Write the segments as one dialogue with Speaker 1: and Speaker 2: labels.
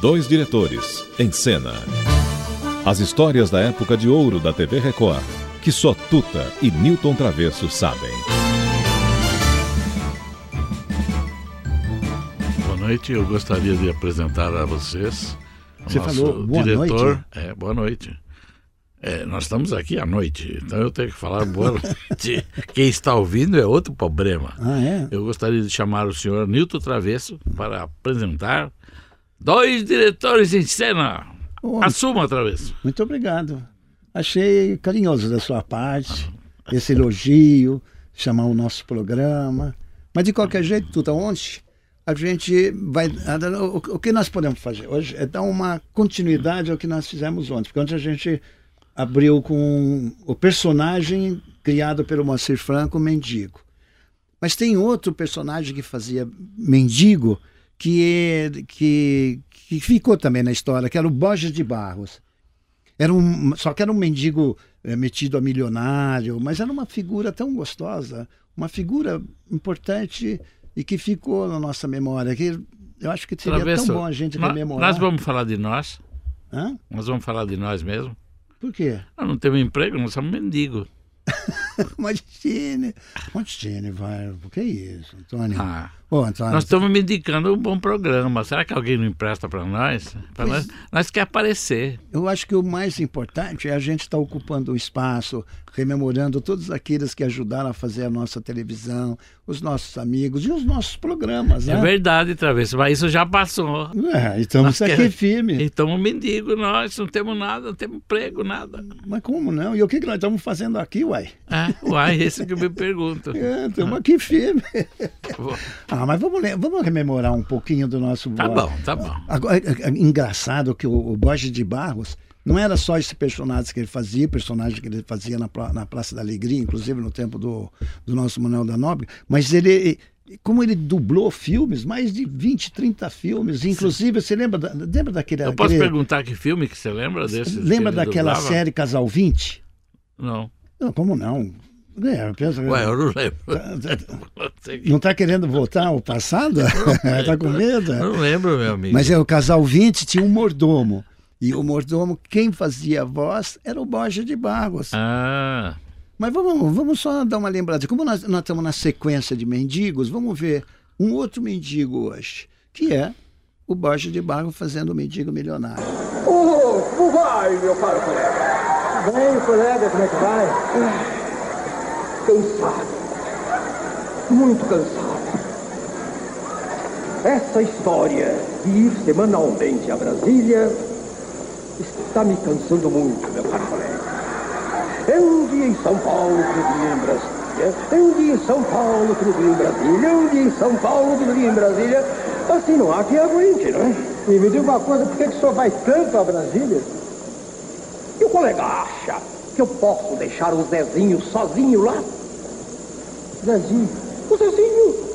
Speaker 1: dois diretores, em cena. As histórias da época de ouro da TV Record, que só Tuta e Newton Travesso sabem.
Speaker 2: Boa noite, eu gostaria de apresentar a vocês o
Speaker 3: Você
Speaker 2: nosso
Speaker 3: falou boa
Speaker 2: diretor.
Speaker 3: noite?
Speaker 2: É, boa noite. É, nós estamos aqui à noite, então eu tenho que falar boa noite. Quem está ouvindo é outro problema.
Speaker 3: Ah, é?
Speaker 2: Eu gostaria de chamar o senhor Nilton Travesso para apresentar dois diretores em cena.
Speaker 3: Ô,
Speaker 2: Assuma, Travesso.
Speaker 3: Muito obrigado. Achei carinhoso da sua parte, esse elogio, chamar o nosso programa. Mas de qualquer jeito, Tuta, ontem a gente vai. o- O que nós podemos fazer hoje é dar uma continuidade ao que nós fizemos ontem, porque ontem a gente abriu com o personagem criado pelo Moacir Franco, o Mendigo. Mas tem outro personagem que fazia mendigo que, é- que, que ficou também na história, que era o Borges de Barros. Era um, só que era um mendigo eh, metido a milionário, mas era uma figura tão gostosa, uma figura importante e que ficou na nossa memória. Que eu acho que seria
Speaker 2: Travesso,
Speaker 3: tão bom a gente
Speaker 2: nó-
Speaker 3: rememorar.
Speaker 2: Nós vamos falar de nós.
Speaker 3: Hã?
Speaker 2: Nós vamos falar de nós mesmo.
Speaker 3: Por quê?
Speaker 2: Nós não temos emprego, nós somos mendigos.
Speaker 3: Imagine, imagine, vai. O que é isso, Antônio?
Speaker 2: Ah.
Speaker 3: Ô, Antônio,
Speaker 2: Nós estamos medicando um bom programa. Será que alguém não empresta para nós? Pra nós? Nós quer aparecer.
Speaker 3: Eu acho que o mais importante é a gente estar ocupando o espaço, rememorando todos aqueles que ajudaram a fazer a nossa televisão, os nossos amigos e os nossos programas,
Speaker 2: É,
Speaker 3: né?
Speaker 2: verdade, Travesso, mas isso já passou.
Speaker 3: É, e estamos
Speaker 2: Mas
Speaker 3: aqui
Speaker 2: quer-
Speaker 3: firme.
Speaker 2: Então, mendigo, nós não temos nada, não temos emprego, nada.
Speaker 3: Mas como não? E o que, que nós estamos fazendo aqui, uai?
Speaker 2: Ah, uai, esse que eu me pergunto.
Speaker 3: É,
Speaker 2: Ah.
Speaker 3: Estamos aqui firme.
Speaker 2: Vou-
Speaker 3: Ah, mas vamos, le- vamos rememorar um pouquinho do nosso...
Speaker 2: Tá bom, tá bom.
Speaker 3: Agora, é- é engraçado que o, o Borges de Barros não era só esse personagem que ele fazia, personagem que ele fazia na, Pra- na Praça da Alegria, inclusive no tempo do, do nosso Manuel da Nobre, mas ele, como ele dublou filmes, mais de 20, 30 filmes, inclusive, você lembra, da- lembra daquele...
Speaker 2: Eu posso
Speaker 3: aquele-
Speaker 2: perguntar que filme que você lembra desse?
Speaker 3: É, lembra daquela série Casal 20?
Speaker 2: Não.
Speaker 3: Não, como não? É, pensa-
Speaker 2: Ué, eu não lembro. Não sei.
Speaker 3: Não está querendo voltar ao passado? Está com medo?
Speaker 2: Eu então, não lembro, meu amigo.
Speaker 3: é. Mas é o casal 20 tinha um mordomo. E o mordomo, quem fazia a voz era o Borges de Barros.
Speaker 2: Ah,
Speaker 3: Mas vamos, vamos só dar uma lembrada. Como nós, nós estamos na sequência de mendigos, vamos ver um outro mendigo hoje, que é o Borges de Barros fazendo o mendigo milionário.
Speaker 4: Oh, como vai, meu caro colega? Tá Bem, colega, como é que vai? É, Cansado. Muito cansado. Essa história de ir semanalmente a Brasília está me cansando muito, meu caro colega. É um dia em São Paulo, outro dia em Brasília. É um dia em São Paulo, outro dia em Brasília. É um dia em São Paulo, outro dia em Brasília. Assim não há que aguente, não é? E me diga uma coisa, por que, que o senhor vai tanto a Brasília? E o colega acha que eu posso deixar o Zezinho sozinho lá? Zezinho? O Zezinho?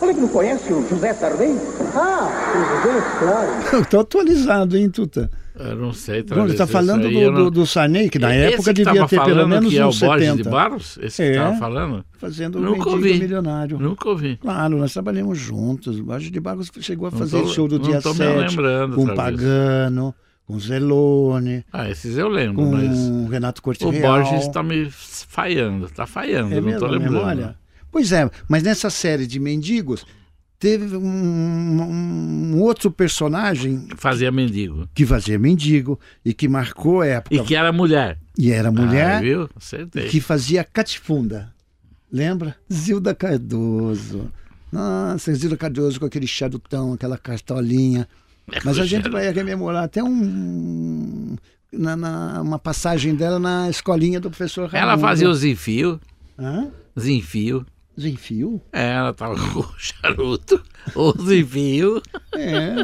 Speaker 4: Olha que não conhece o José Sarney? Ah, o José, claro.
Speaker 3: Estou Tá atualizado, hein, Tuta?
Speaker 2: eu não sei.
Speaker 3: Bom,
Speaker 2: Travesso,
Speaker 3: ele está
Speaker 2: isso
Speaker 3: falando
Speaker 2: aí eu
Speaker 3: do,
Speaker 2: não-
Speaker 3: do, do Sarney, que na
Speaker 2: Esse
Speaker 3: época
Speaker 2: que
Speaker 3: devia
Speaker 2: tava
Speaker 3: ter pelo
Speaker 2: falando
Speaker 3: menos
Speaker 2: que é o
Speaker 3: uns
Speaker 2: Borges de
Speaker 3: 70.
Speaker 2: Barros? Esse que
Speaker 3: É.
Speaker 2: tava falando?
Speaker 3: Fazendo o
Speaker 2: Nunca
Speaker 3: mendigo
Speaker 2: ouvi.
Speaker 3: milionário.
Speaker 2: Nunca ouvi.
Speaker 3: Claro, nós trabalhamos juntos. O Borges de Barros chegou a
Speaker 2: Não
Speaker 3: fazer
Speaker 2: tô-
Speaker 3: show do
Speaker 2: não
Speaker 3: dia
Speaker 2: tô me
Speaker 3: 7
Speaker 2: lembrando,
Speaker 3: com
Speaker 2: Travesso.
Speaker 3: Pagano, com Zelone,
Speaker 2: Ah, esses eu lembro,
Speaker 3: com
Speaker 2: mas
Speaker 3: Renato Corte
Speaker 2: o
Speaker 3: Real.
Speaker 2: Borges está me falhando, tá falhando,
Speaker 3: é
Speaker 2: não
Speaker 3: mesmo,
Speaker 2: tô
Speaker 3: a
Speaker 2: lembrando.
Speaker 3: memória? Pois é, mas nessa série de mendigos teve um, um- um outro personagem
Speaker 2: Fazia mendigo.
Speaker 3: que fazia mendigo e que marcou a época.
Speaker 2: E que era mulher.
Speaker 3: E era
Speaker 2: Ah,
Speaker 3: Então, mulher
Speaker 2: viu? Acertei.
Speaker 3: que fazia catifunda. Lembra? Zilda Cardoso. Nossa, Zilda Cardoso com aquele charutão, aquela cartolinha.
Speaker 2: É
Speaker 3: Mas a gente vai rememorar até um. na- na- uma passagem dela na escolinha do professor Raimundo.
Speaker 2: Ela fazia os enfios,
Speaker 3: Hã?
Speaker 2: os enfios.
Speaker 3: Desenfio?
Speaker 2: É, Ela tava com o charuto, os enfios.
Speaker 3: É.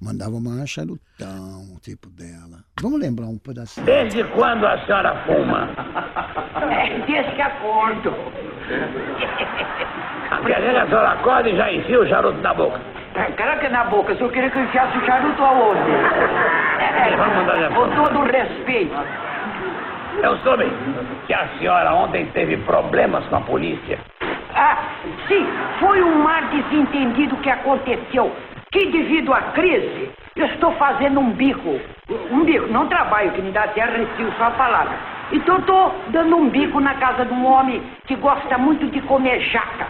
Speaker 3: Mandava uma charutão, o tipo dela. Vamos lembrar um pedacinho.
Speaker 5: Desde quando a senhora fuma? Desde É que acordo. Quer dizer que a senhora acorda e já enfia o charuto na boca? Caraca, na boca, se eu queria que eu enfiasse o charuto aonde? Vamos mandar Com todo o respeito. Eu É um soube que a senhora ontem teve problemas com a polícia.
Speaker 6: Ah, sim, foi um mar desentendido que aconteceu, que devido à crise, Eu estou fazendo um bico. Um bico, não trabalho, que me dá até arrepio só a palavra. Então eu estou dando um bico na casa de um homem que gosta muito de comer jaca.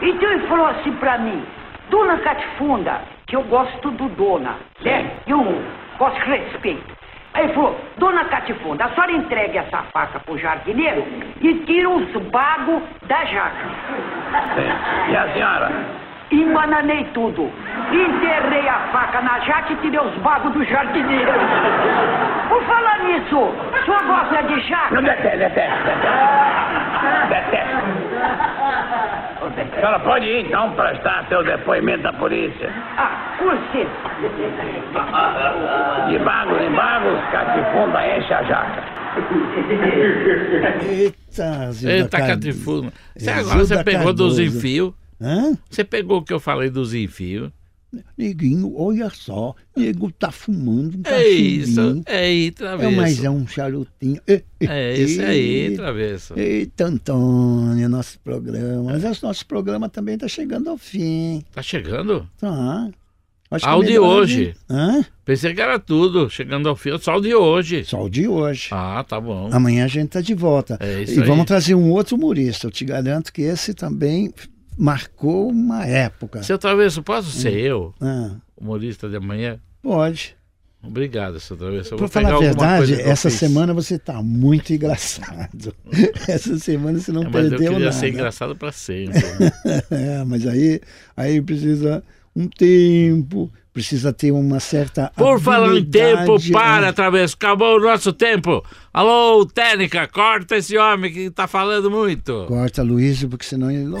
Speaker 6: Então ele falou assim para mim, Dona Catifunda, que eu gosto do dona, né? Eu gosto de respeito. Aí ele falou, Dona Catifunda, a senhora entregue essa faca pro jardineiro e tira os bagos da jaca.
Speaker 5: E a senhora?
Speaker 6: Embananei tudo. Enterrei a faca na jaca e tirei os bagos do jardineiro. Por falar nisso, o senhor gosta de jaca?
Speaker 5: Não detesto, detesto, detesto. Detesto. A senhora pode ir então prestar seu depoimento à polícia.
Speaker 6: Ah, curte.
Speaker 5: De bagos em bagos, catifunda enche a jaca.
Speaker 3: Eita, Zilda
Speaker 2: Eita,
Speaker 3: Car-
Speaker 2: catifuna. Você
Speaker 3: Zilda
Speaker 2: agora você pegou dos
Speaker 3: Cardoso.
Speaker 2: enfios.
Speaker 3: Hã?
Speaker 2: Você pegou o que eu falei dos enfios.
Speaker 3: Neguinho, olha só. Nego tá fumando um
Speaker 2: É isso.
Speaker 3: cachimbinho.
Speaker 2: Ei,
Speaker 3: É, mas é
Speaker 2: travesso.
Speaker 3: um charutinho. É,
Speaker 2: É isso aí, tá. travesso.
Speaker 3: Eita, Antônio, nosso programa. Mas esse nosso programa também tá chegando ao fim.
Speaker 2: Tá chegando?
Speaker 3: Tá. Acho
Speaker 2: Ah, o
Speaker 3: é
Speaker 2: de
Speaker 3: melhor a
Speaker 2: hoje.
Speaker 3: gente- Hã?
Speaker 2: Pensei que era tudo. Chegando ao fim, só o de hoje.
Speaker 3: Só o de hoje.
Speaker 2: Ah, tá bom.
Speaker 3: Amanhã a gente tá de volta.
Speaker 2: É isso
Speaker 3: e
Speaker 2: aí.
Speaker 3: vamos trazer um outro humorista. Eu te garanto que esse também marcou uma época.
Speaker 2: Seu Travesso, posso ser eu,
Speaker 3: Ah,
Speaker 2: humorista de amanhã?
Speaker 3: pode.
Speaker 2: Obrigado, seu Travesso. Eu
Speaker 3: Pra
Speaker 2: vou
Speaker 3: falar
Speaker 2: pegar
Speaker 3: a
Speaker 2: alguma
Speaker 3: verdade,
Speaker 2: coisa que eu
Speaker 3: essa
Speaker 2: fiz.
Speaker 3: semana você tá muito engraçado. essa semana você não
Speaker 2: É, mas eu
Speaker 3: perdeu
Speaker 2: queria
Speaker 3: nada.
Speaker 2: ser engraçado pra sempre.
Speaker 3: É, mas aí, aí precisa um tempo, precisa ter uma certa.
Speaker 2: Por falar em tempo,
Speaker 3: habilidade,
Speaker 2: para,
Speaker 3: né?
Speaker 2: Travesso. Acabou o nosso tempo. Alô, técnica, corta esse homem que tá falando muito.
Speaker 3: Corta Luiz, porque senão ele não.